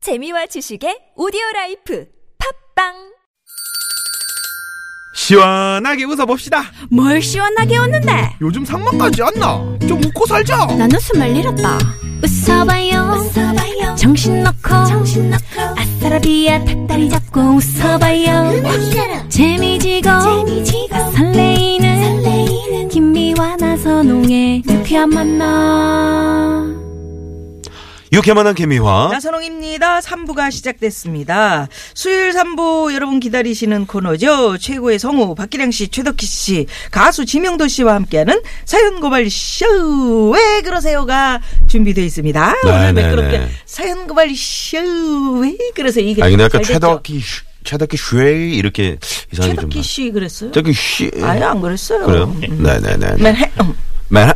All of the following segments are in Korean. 재미와 지식의 오디오 라이프 팝빵 시원하게 웃어봅시다. 뭘 시원하게 웃는데 요즘 상만까지 안 나. 좀 웃고 살자. 난 웃음을 잃었다 웃어봐요, 정신 놓고 아싸라비아 닭다리 잡고 웃어봐요 재미지고, 설레이는, 김미와 나서 농에 유쾌한 만나 유쾌만한 개미화. 나선홍입니다. 3부가 시작됐습니다. 수요일 3부 여러분 기다리시는 코너죠. 최고의 성우 박기량 씨, 최덕희 씨, 가수 지명도 씨와 함께하는 사연 고발 쇼. 왜 그러세요가 준비되어 있습니다. 네, 오늘 네, 매끄럽게 네. 사연 고발 쇼. 왜 그러세요? 이게 아니 근데 아까 잘 됐죠? 최덕기 슈- 최덕기 슈에 이렇게 이상하게 좀. 최덕희 씨 그랬어요? 최덕기 슈. 아예 안 그랬어요. 그래요? 음. 네네네. 맨해. 음. 맨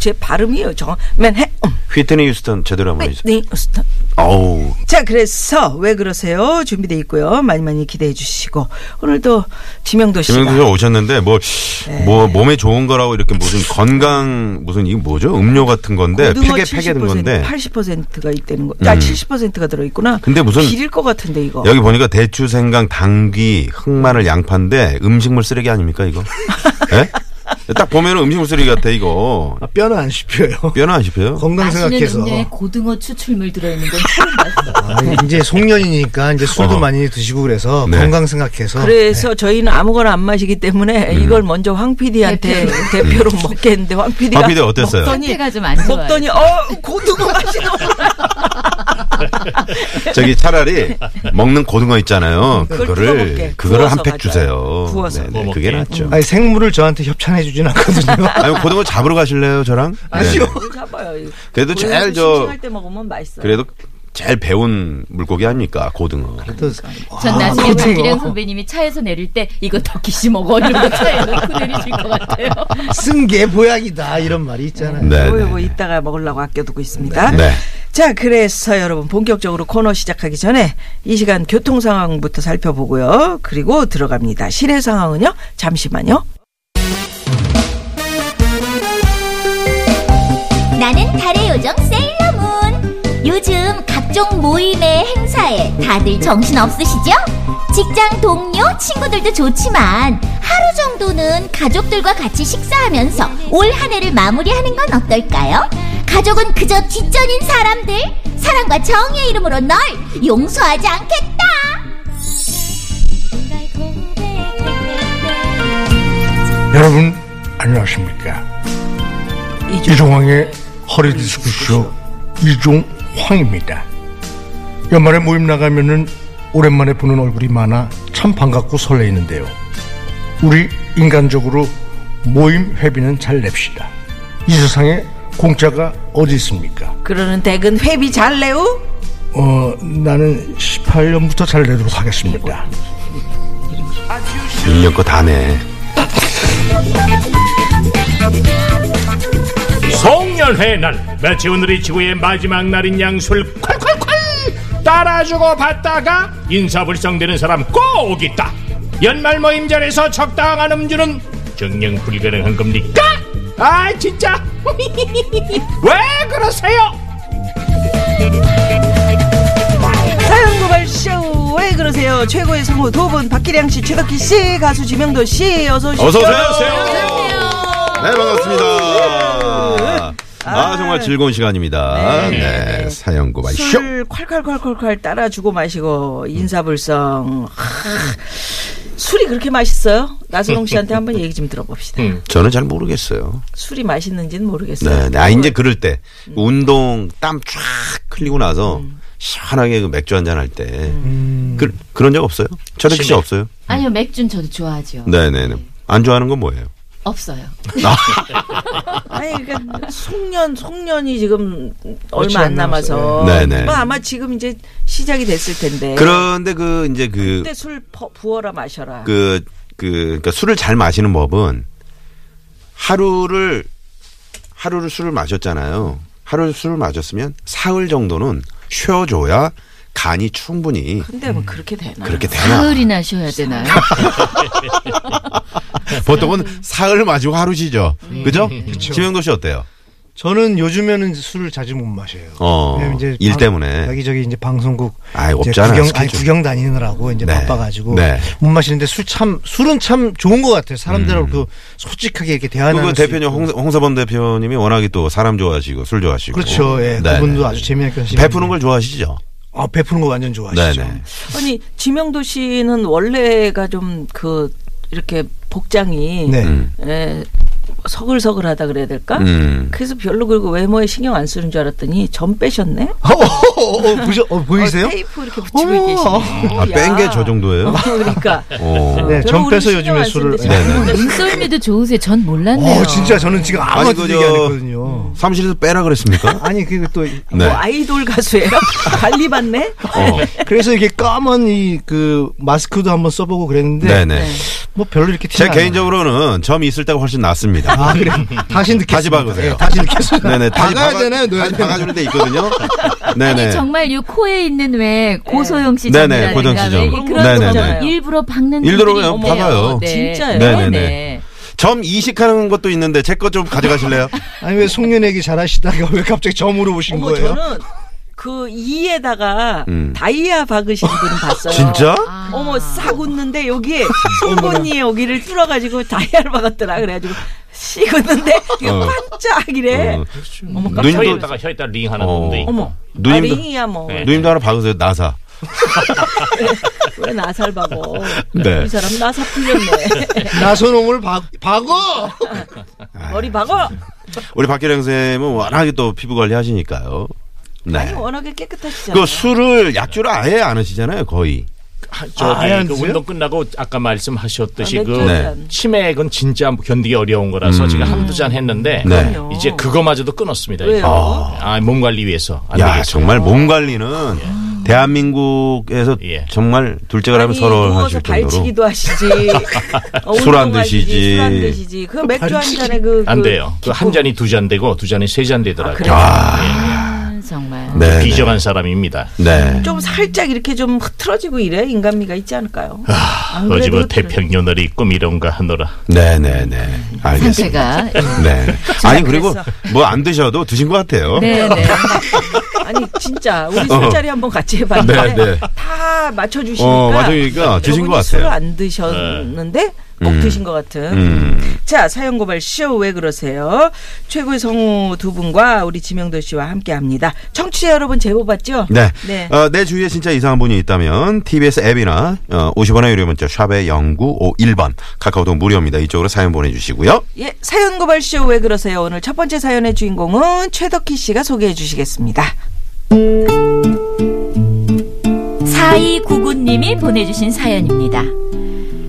제 발음이요. 저 맨해. 음. 휘트니 유스턴 제대로 한번 해주세요. 네. 스톱. 어우. 자, 그래서 왜 그러세요? 준비돼 있고요. 많이 많이 기대해 주시고 오늘도 지명도 씨가 김영도 씨 오셨는데 뭐 뭐 네. 몸에 좋은 거라고 이렇게 무슨 건강 무슨 이게 뭐죠 음료 같은 건데 고등어 팩에 팩에 든 건데 음. 80%가 있다는 거. 아, 70%가 들어 있구나. 근데 무슨- 비릴 것 같은데 이거. 여기 보니까 대추 생강 당귀 흑마늘 양파인데 음식물 쓰레기 아닙니까 이거? 예? 딱 보면은 음식물 쓰레기 같아 이거 아, 뼈는 안 씹혀요. 뼈는 안 씹혀요? 건강 생각해서. 고등어 추출물 들어있는 건 처음 봤어. 아, 이제 송년이니까 이제 술도 어. 많이 드시고 그래서 네. 건강 생각해서. 그래서 네. 저희는 아무거나 안 마시기 음. 때문에 이걸 먼저 황 PD한테 대표로 먹겠는데 황 PD가 황 PD 어땠어요? 상태가 좀 안 좋아요. 먹더니 어 고등어 맛이 너무 저기 차라리 먹는 고등어 있잖아요. 음, 그걸 그거를 뜯어먹게. 그거를 한 구워서 팩 가져와요. 주세요. 구워서. 음. 네, 네, 그게 낫죠. 아니 생물을 저한테 협찬해 주진 않거든요. 아니 고등어 잡으러 가실래요, 저랑? 아쉬워. 네. 뭘 잡아요. 이거. 그래도 고등어 제일 저- 싱싱할 때 먹으면 맛있어요. 그래도 제일 배운 물고기 아닙니까, 고등어. 또, 전 아, 나중에 고등어. 박기량 선배님이 차에서 내릴 때 이거 덕기씨 먹어 이러고 차에 넣고 내리실 것 같아요. 쓴 게 보약이다 이런 말이 있잖아요. 네. 요거 요거 네. 뭐, 이따가 먹으려고 아껴두고 있습니다. 네. 자, 그래서 여러분 본격적으로 코너 시작하기 전에 이 시간 교통 상황부터 살펴보고요. 그리고 들어갑니다. 시내 상황은요? 잠시만요. 나는 달의 요정 세일러문. 요즘 각종 모임에 행사에 다들 정신 없으시죠? 직장 동료, 친구들도 좋지만 하루 정도는 가족들과 같이 식사하면서 올 한 해를 마무리하는 건 어떨까요? 가족은 그저 뒷전인 사람들, 사랑과 정의의 이름으로 널 용서하지 않겠다! 여러분 안녕하십니까 이종황의 허리디스크쇼 이종황입니다 연말에 모임 나가면은 오랜만에 보는 얼굴이 많아 참 반갑고 설레이는데요 우리 인간적으로 모임 회비는 잘 냅시다 이 세상에 공짜가 어디 있습니까 그러는 댁은 회비 잘 내우? 어 나는 18년부터 잘 내도록 하겠습니다 1년 거 다네. 송년회 날 마치 오늘이 지구의 마지막 날인 양술 콸콸콸 따라주고 받다가 인사불성되는 사람 꼭 있다 연말 모임 자리에서 적당한 음주는 증명 불가능한 겁니까? 아 진짜 왜 그러세요? 사연 고발 쇼! 왜 그러세요? 최고의 성우 두 분, 박기량 씨, 최덕희 씨, 가수 지명도 씨, 어서오십시오. 어서 오세요. 네, 반갑습니다. 아, 정말 즐거운 시간입니다. 네. 사연고발 쇼. 술 콸콸콸콸콸 따라주고 마시고, 인사불성. 하, 술이 그렇게 맛있어요? 나선홍 씨한테 한번 얘기 좀 들어봅시다. 저는 잘 모르겠어요. 술이 맛있는지는 모르겠어요. 네, 네. 아, 이제 그럴 때 운동 땀 쫙 흘리고 나서 시원하게 그 맥주 한 잔 할 때. 그, 그런 적 없어요? 저도 진짜 없어요. 아니요 맥주는 저도 좋아하죠. 네네네. 안 좋아하는 건 뭐예요? 없어요. 아니 그러니까 송년 송년이 지금 얼마 안 남아서 네. 네네. 뭐 아마 지금 이제 시작이 됐을 텐데 그런데 그 이제 그 그때 술 퍼- 부어라 마셔라 그, 그, 그러니까 술을 잘 마시는 법은 하루를, 하루를 술을 마셨잖아요. 하루 술을 마셨으면 사흘 정도는 쉬어줘야 간이 충분히 근데 뭐 그렇게 되나 그렇게 되나. 가을이나 쉬어야 되나요? 보통은 사흘 마시고 하루 쉬죠. 그죠? 지명도 씨 어때요? 저는 요즘에는 술을 자주 못 마셔요. 어, 왜냐면 네, 이제 일 방- 때문에. 여기저기 이제 방송국 아이, 이제 없잖아, 구경, 아니, 스케줄. 구경 다니느라고 이제 네. 바빠가지고 네. 못 마시는데 술 참 술은 참 좋은 것 음. 같아요. 사람들하고 그 솔직하게 이렇게 대하는. 그거 대표님 홍, 홍서범 대표님이 워낙에 또 사람 좋아하시고 술 좋아하시고 그렇죠. 예, 네네. 그분도 아주 재미있게 하시는. 베푸는 걸 좋아하시죠. 아, 베푸는 거 완전 좋아하시죠. 네네. 아니 지명도 씨는 원래가 좀 그 이렇게 복장이 네. 에, 서글서글하다 그래야 될까? 음. 그래서 별로 그리고 외모에 신경 안 쓰는 줄 알았더니 점 빼셨네. 어, 어, 어, 어, 보셔, 어, 보이세요? 어, 테이프 이렇게 붙이고 어머. 계시네. 아, 뺀 게 저 정도예요? 그러니까. 어. 네, 별로 점 우리 빼서 신경 요즘에 안 술을. 쓰는데 네. 눈썰미도 좋으세요. 전 몰랐네요. 어, 진짜 저는 지금 아니, 아무것도 그저- 얘기 안 했거든요. 사무실에서 빼라 그랬습니까? 아니, 그리고 또. 네. 뭐 아이돌 가수예요? 관리 받네. 어. 그래서 이게 까만 이 그 마스크도 한번 써보고 그랬는데 네네. 뭐 별로 이렇게 티 제 개인적으로는 점이 있을 때가 훨씬 낫습니다. 아 그래 다시 듣겠습니다. 다시 박으세요. 예, 다시 듣겠습니다. 네네. 다시 박아야 박아- 되나요? 놓아야 다시 되나요? 박아주는 데 있거든요. 네네. 아니 정말 이 코에 있는 왜 고소영 씨 네네, 점이라든가 고소영 씨 점. 왜 그런 그런 거 거 있잖아요. 일부러 박는 네, 일부러 분들이 그냥 있대요. 박아요. 진짜요? 네네네. 점 이식하는 것도 있는데 제 거 좀 가져가실래요? 아니 왜 송년 얘기 잘하시다가 왜 갑자기 점으로 오신 어머 거예요? 저는 그 이에다가 음. 다이아 박으신 분 봤어요. 아. 진짜? 어머 싹 웃는데 여기 송곳니 여기를 뚫어가지고 다이아를 박았더라 그래가지고 씩 웃는데 이게 어. 반짝이래. 어. 어머 깜짝 누님도- 놀랐어. 혀에다가 혀에다 링 하는 어. 분도 있고. 어머 아, 누님도- 링이야 뭐. 네. 누님도 하나 박으세요. 나사. 왜 나살 박어? 네. 이 사람 나사 풀렸네. 나선홍을 박 박어. 머리 박어. 우리 박기량 쌤은 워낙에 또 피부 관리 하시니까요. 네. 아니 워낙에 깨끗하시잖아요. 그 술을 약주를 아예 안 하시잖아요. 거의. 하- 저기 아, 하얀 그 수요? 운동 끝나고 아까 말씀하셨듯이 아, 그 맥주 한 네. 잔. 치맥은 진짜 견디기 어려운 거라서 제가 한두 잔 했는데 음. 네. 그럼요. 이제 그거마저도 끊었습니다. 왜요? 아, 몸 관리 위해서. 안 야 되겠어요. 정말 몸 관리는 대한민국에서 예. 정말 둘째가 라면 아니, 서러워하실 누워서 정도로. 발치기도 하시지. 어, 술안 운동하시지, 드시지. 술안 드시지. 그 맥주 한 잔에 그. 안 그 돼요. 그 한 잔이 두 잔 되고 두 잔이 세 잔 되더라고요. 아, 정말. 네. 비정한 사람입니다. 네. 좀 살짝 이렇게 좀 흐트러지고 이래 인간미가 있지 않을까요? 아, 뭐, 어지버 그 태평요늘이 꿈이론가 하노라. 네, 네, 네. 알겠습니다. 상태가 네. 아니 그리고 그랬어. 뭐 안 드셔도 드신 것 같아요. 네네. 아니 진짜 우리 술자리 한번 같이 해봤는데 어. 네, 네. 다 맞춰주시니까. 어, 맞으니까 드신 것 여러분이 술을 같아요. 안 드셨는데 꼭 음. 드신 것 같은. 음. 자 사연 고발 쇼 왜 그러세요? 최고의 성우 두 분과 우리 지명도 씨와 함께합니다. 청취자 여러분 제보 받죠? 네. 네. 어, 내 주위에 진짜 이상한 분이 있다면 TBS 앱이나 어, 50원의 유료 문자 샵의 0951번 카카오톡 무료입니다. 이쪽으로 사연 보내주시고요. 예, 사연 고발쇼 왜 그러세요? 오늘 첫 번째 사연의 주인공은 최덕희 씨가 소개해 주시겠습니다. 4299님이 보내주신 사연입니다.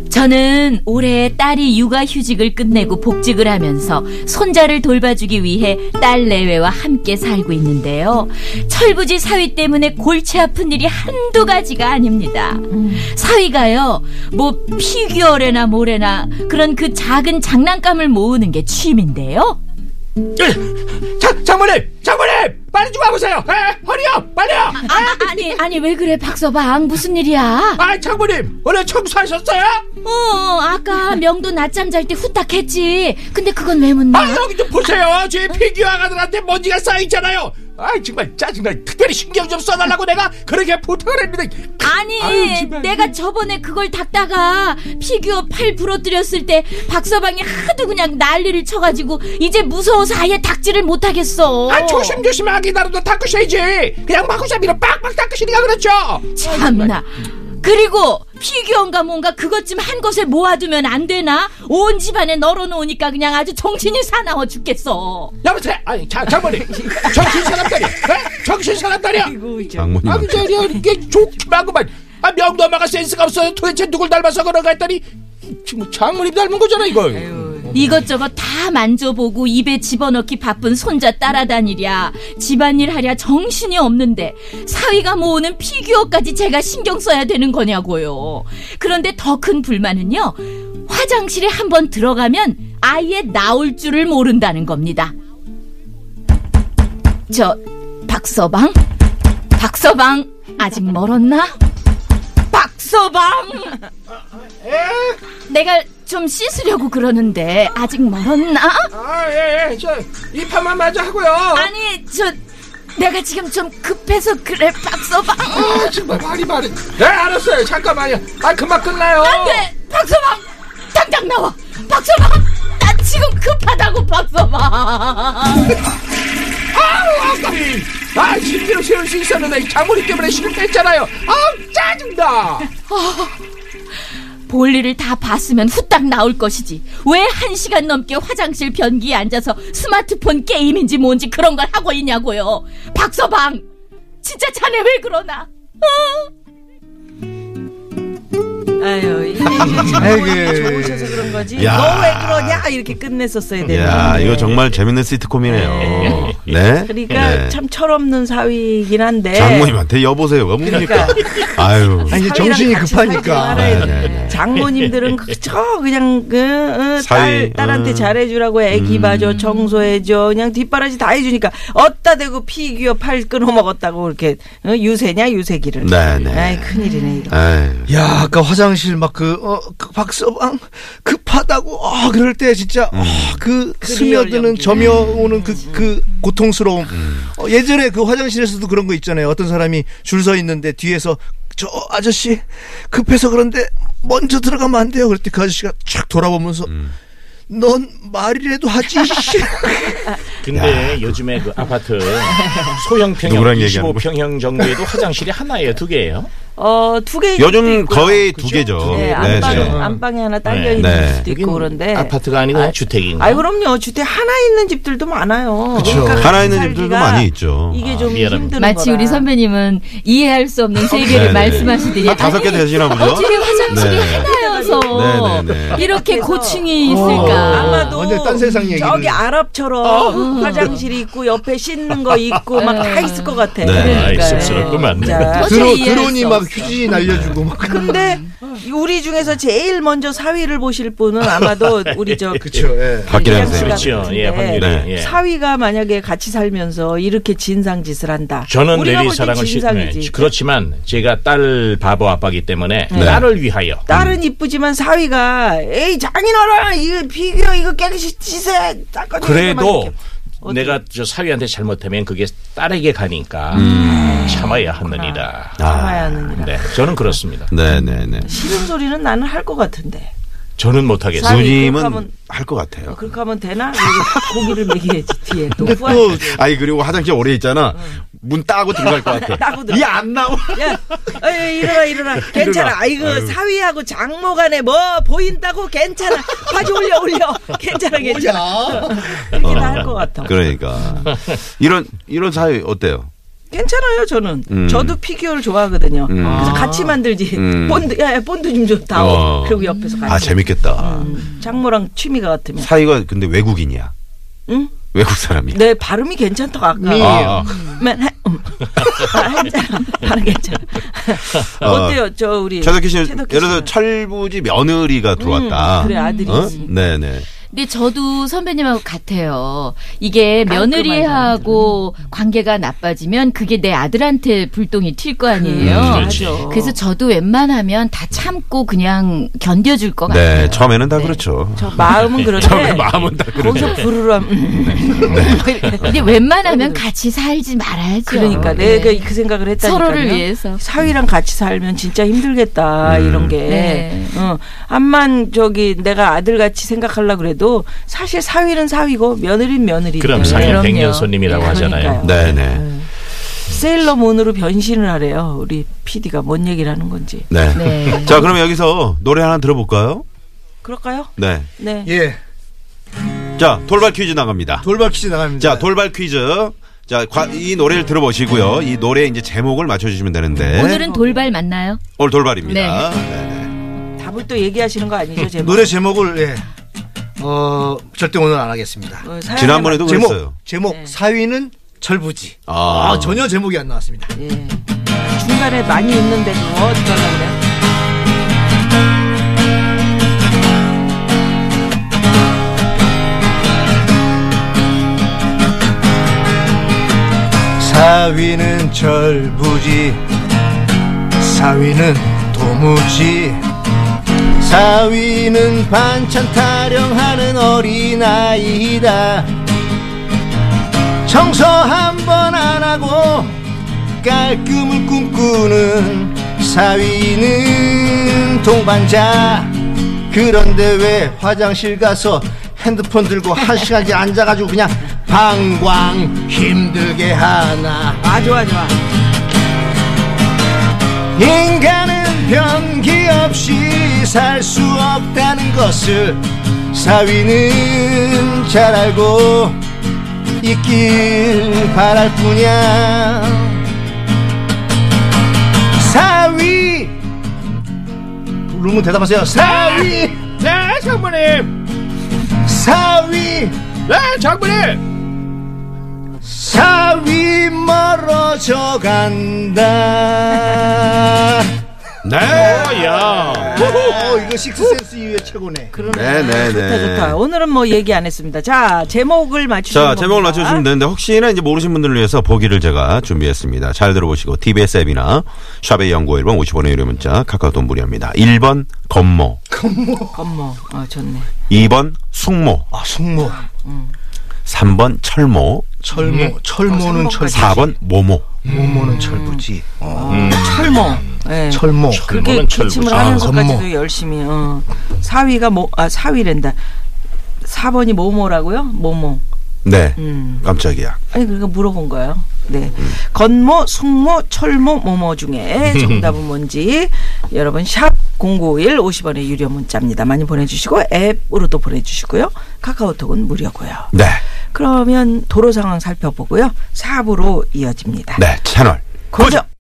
저는 올해 딸이 육아휴직을 끝내고 복직을 하면서 손자를 돌봐주기 위해 딸 내외와 함께 살고 있는데요. 철부지 사위 때문에 골치 아픈 일이 한두 가지가 아닙니다. 사위가요, 뭐 피규어래나 뭐래나 그런 그 작은 장난감을 모으는 게 취미인데요. 자, 장모님! 장모님! 빨리 좀 와보세요! 에? 허리요! 빨리요! 아, 아니, 아니, 왜 그래, 박서방. 무슨 일이야? 아, 장모님! 오늘 청소하셨어요? 어, 어, 아까 명도 낮잠 잘 때 후딱 했지. 근데 그건 왜 묻나? 아, 여기 좀 보세요! 제 피규어 아가들한테 먼지가 쌓여있잖아요! 아, 정말 짜증나. 특별히 신경 좀 써달라고 내가 그렇게 부탁을 했는데. 아니, 아유, 정말. 내가 저번에 그걸 닦다가 피규어 팔 부러뜨렸을 때 박서방이 하도 그냥 난리를 쳐가지고 이제 무서워서 아예 닦지를 못하겠어. 아, 조심조심 아기다라도 닦으셔야지! 그냥 마구잡이로 빡빡 닦으시니까 그렇죠! 아, 참나. 그리고 피규어인가 뭔가 그것 좀 한 곳에 모아두면 안 되나? 온 집안에 널어놓으니까 그냥 아주 정신이 사나워 죽겠어. 여보세요! 아니, 자, 장모님! 정신 사납다니! 에? 정신 사납다니야! 장모님. 아, 그저 이게 좋만구만. 아, 명도 엄마가 센스가 없어서 도대체 누굴 닮아서 그런가 했더니 지금 장모님 닮은 거잖아 이거. 이것저것 다 만져보고 입에 집어넣기 바쁜 손자 따라다니랴 집안일 하랴 정신이 없는데 사위가 모으는 피규어까지 제가 신경 써야 되는 거냐고요 그런데 더 큰 불만은요 화장실에 한번 들어가면 아예 나올 줄을 모른다는 겁니다 저 박서방 박서방 아직 멀었나 박서방 내가 좀 씻으려고 그러는데 아직 멀었나? 아, 예, 예. 저, 이 판만 마저 하고요. 아니 저 내가 지금 좀 급해서 그래 박서방 아, 정말 말이 말이. 네, 알았어요. 잠깐만요. 아, 금방 끝나요. 안돼 네, 박서방 당장 나와 박서방 나 지금 급하다고 박서방 아우, 아깝이. 아, 심지어 세울 수 있었는데 이 장모님 때문에 실패했잖아요. 아우, 짜증나. 볼일을 다 봤으면 후딱 나올 것이지 왜 한 시간 넘게 화장실 변기에 앉아서 스마트폰 게임인지 뭔지 그런 걸 하고 있냐고요 박서방 진짜 자네 왜 그러나 어? 아유, 이게 아이고. 좋으셔서 그런 거지. 야. 너 왜 그러냐? 이렇게 끝냈었어야 되는데. 야, 이거 정말 재밌는 시트콤이네요. 네. 네. 그러니까 네. 참 네. 철없는 사위이긴 한데. 장모님한테 여보세요가 뭡니까? 아유. 아니, 이제 정신이 급하니까. 네, 네, 네. 장모님들은 그저 그냥 어, 그딸 사위, 딸한테 음. 잘해주라고 애기 봐줘 청소해줘 그냥 뒷바라지 다 해주니까 어따 대고 피규어 팔 끊어 먹었다고 그렇게 어, 유세냐 유세기를. 네, 네. 아이 큰일이네 이거. 아유. 야, 아까 화장실 막 그, 어, 그 박서방 급하다고, 아, 그럴 때 진짜, 아, 그 스며드는 연기. 점여오는 그, 그 고통스러움. 어, 예전에 그 화장실에서도 그런 거 있잖아요. 어떤 사람이 줄 서 있는데 뒤에서 저 아저씨 급해서 그런데 먼저 들어가면 안 돼요. 그랬더니 그 아저씨가 촥 돌아보면서 넌 말이라도 하지. 씨. 근데 요즘에 그 아파트 소형 평형 누구랑 얘기하는 25평형 정도에도 화장실이 하나예요, 두 개예요? 어두 개. 요즘 거의 두 개죠. 그렇죠. 네, 네, 안방, 네. 안방에 하나 딸려 네. 있는 네. 집도 있고 여긴 그런데. 아파트가 아니고 그냥 아, 주택인가? 아이 그럼요 주택 하나 있는 집들도 많아요. 그러니까 그쵸. 하나 있는 살기가 집들도 많이 있죠. 이게 아, 좀 미안합니다. 힘든 마치 우리 선배님은 이해할 수 없는 세계를 아, 네네. 말씀하시더니 아, 다섯 개 되시나 보죠? 어떻게 화장실이 네. 하나여서 네네네. 어. 이렇게 그래서- 고충이 있을까? 아마도 완전 딴 세상 얘기를. 저기 아랍처럼 화장실이 있고 옆에 씻는 거 있고 막 다 있을 것 같아. 네. 아이, 그러니까요. 쑥스럽구만. 네. 자, 도저히 드론, 이해할 드론이 수 막 없어. 휴지 날려주고 막. 근데 우리 중에서 제일 먼저 사위를 보실 분은 아마도 우리 저 그쵸, 예. 박기량 네. 선생님. 그렇죠. 네. 예, 확률이. 예. 사위가 만약에 같이 살면서 이렇게 진상짓을 한다. 저는 우리가 내리 볼땐 사랑을 시, 진상이지. 네. 그렇지만 제가 딸 바보 아빠기 때문에 네. 딸을 위하여 딸은 이쁘지만 사위가 에이 장인어른 이거 비교 이거 깨끗이 씻어 닦아줘. 그래도 어떻게- 내가 저 사위한테 잘못하면 그게 딸에게 가니까 참아야 하느니라. 참아야 하는 네, 저는 그렇습니다. 네네네. 음. 싫은 소리는 나는 할 것 같은데. 저는 못하겠어요. 사위 그렇게 누님은 하면- 할 것 같아요. 그렇게 하면 되나? 여기 고기를 먹여야지 뒤에 또 후하게 또, 아니, 그리고 화장실 오래 있잖아. 문 따고 들어갈 것 같아. 따고 들어. 이 안 나와. 야, 어이, 일어나 일어나. 괜찮아. 아이고 사위하고 장모간에 뭐 보인다고 괜찮아. 바지 올려 올려. 괜찮아 괜찮아. 이렇게 다 할 것 같아. 그러니까. 이런, 이런 사회 어때요? 괜찮아요 저는. 음. 저도 피규어를 좋아하거든요. 음. 그래서 같이 만들지. 음. 본드 야, 야 본드 좀 좀 다오. 어. 그리고 옆에서 같이. 아, 재밌겠다. 음, 장모랑 취미가 같으면. 사이가 근데 외국인이야. 응? 네. 외국 사람이야. 내 발음이 괜찮다 아까. 아, 맨 해- 음. 아, 괜찮아. 발음 괜찮아. 어. 어때요 저 우리 최덕희 씨는 예를 네. 최덕희 들어 씨는? 철부지 며느리가 들어왔다. 그래, 아들이 어? 있으니까. 네네. 근데 저도 선배님하고 같아요. 이게 그 깔끔한 며느리하고 관계가 나빠지면 그게 내 아들한테 불똥이 튈 거 음. 아니에요. 네, 그렇지. 그래서 저도 웬만하면 다 참고 그냥 견뎌줄 것 같아요. 네, 처음에는 다 그렇죠. 저 마음은 처음에 그런데 마음은 다 거기서 음. 그렇죠. 부르람 그, 근데 웬만하면 같이 살지 말아야죠. 네. 그러니까 네. 내가 그 생각을 했다니까요. 서로를 위해서. 사위랑 같이 살면 진짜 힘들겠다 음. 이런 게. 네. 어, 암만 저기 내가 아들 같이 생각하려 그래도 사실 사위는 사위고 며느리는 며느리. 그럼 사위는 그럼요. 백년 손님이라고 네, 하잖아요. 예, 그러니까요. 네네. 세일러문으로 변신을 하래요. 우리 PD가 뭔 얘기를 하는 건지. 네. 네. 자, 그럼 여기서 노래 하나 들어볼까요? 그럴까요? 네. 네. 예. 자, 돌발 퀴즈 나갑니다. 돌발 퀴즈 나갑니다. 자, 돌발 퀴즈. 자, 과- 이 노래를 들어보시고요. 이 노래 이제 제목을 맞춰주시면 되는데. 오늘은 돌발 맞나요? 오늘 돌발입니다. 네네. 답을 또 얘기하시는 거 아니죠, 제목? 노래 제목을 예. 어 절대 오늘 안 하겠습니다. 어, 사연에 지난번에도 제목 그랬어요. 제목 사위는 철부지. 아. 아, 전혀 제목이 안 나왔습니다. 맞- 예. 중간에 많이 있는데 그거 어떡하려고 사위는 철부지 사위는 도무지 사위는 반찬 타령하는 어린아이다 청소 한 번 안 하고 깔끔을 꿈꾸는 사위는 동반자 그런데 왜 화장실 가서 핸드폰 들고 한 시간씩 앉아가지고 그냥 방광 힘들게 하나 아 좋아 좋아. 인간은 변기 없이 살 수 없다는 것을 사위는 잘 알고 있길 바랄 뿐이야 사위 룸은 대답하세요 사위 네, 장모님. 사위 네, 장모님. 사위 멀어져 간다 네. 야. 어, 이거 식스센스 이후에 최고네 네, 네, 좋다 네. 좋다. 오늘은 뭐 얘기 안 했습니다. 자 제목을 맞추시는 자, 제목을 겁니다. 맞춰주시면 네. 되는데, 혹시나 이제 모르신 분들을 위해서 보기를 제가 준비했습니다. 잘 들어보시고, TBS 앱이나 샵의 연구 1번 50원의 유료 문자, 카카오돈 무료입니다. 1번, 건모. 건모. 어 좋네. 2번, 숙모. 아 숙모 3번, 철모. 철모 철모는 철 4번, 모모. 모모는 철부지 철모. 예. 철모 그렇게 철모는 철부. 기침을 아, 하면서까지도 건모. 열심히. 어. 사위가 뭐 아 사위랜다. 4번이 모모라고요? 모모. 네. 음. 깜짝이야. 아니 그러니까 물어본 거예요. 네. 건모, 숙모, 철모, 모모 중에 정답은 뭔지 여러분 샵 0951, 50원의 유료 문자입니다. 많이 보내주시고 앱으로도 보내주시고요. 카카오톡은 무료고요. 네. 그러면 도로 상황 살펴보고요. 4부로 이어집니다. 네, 채널. 고정!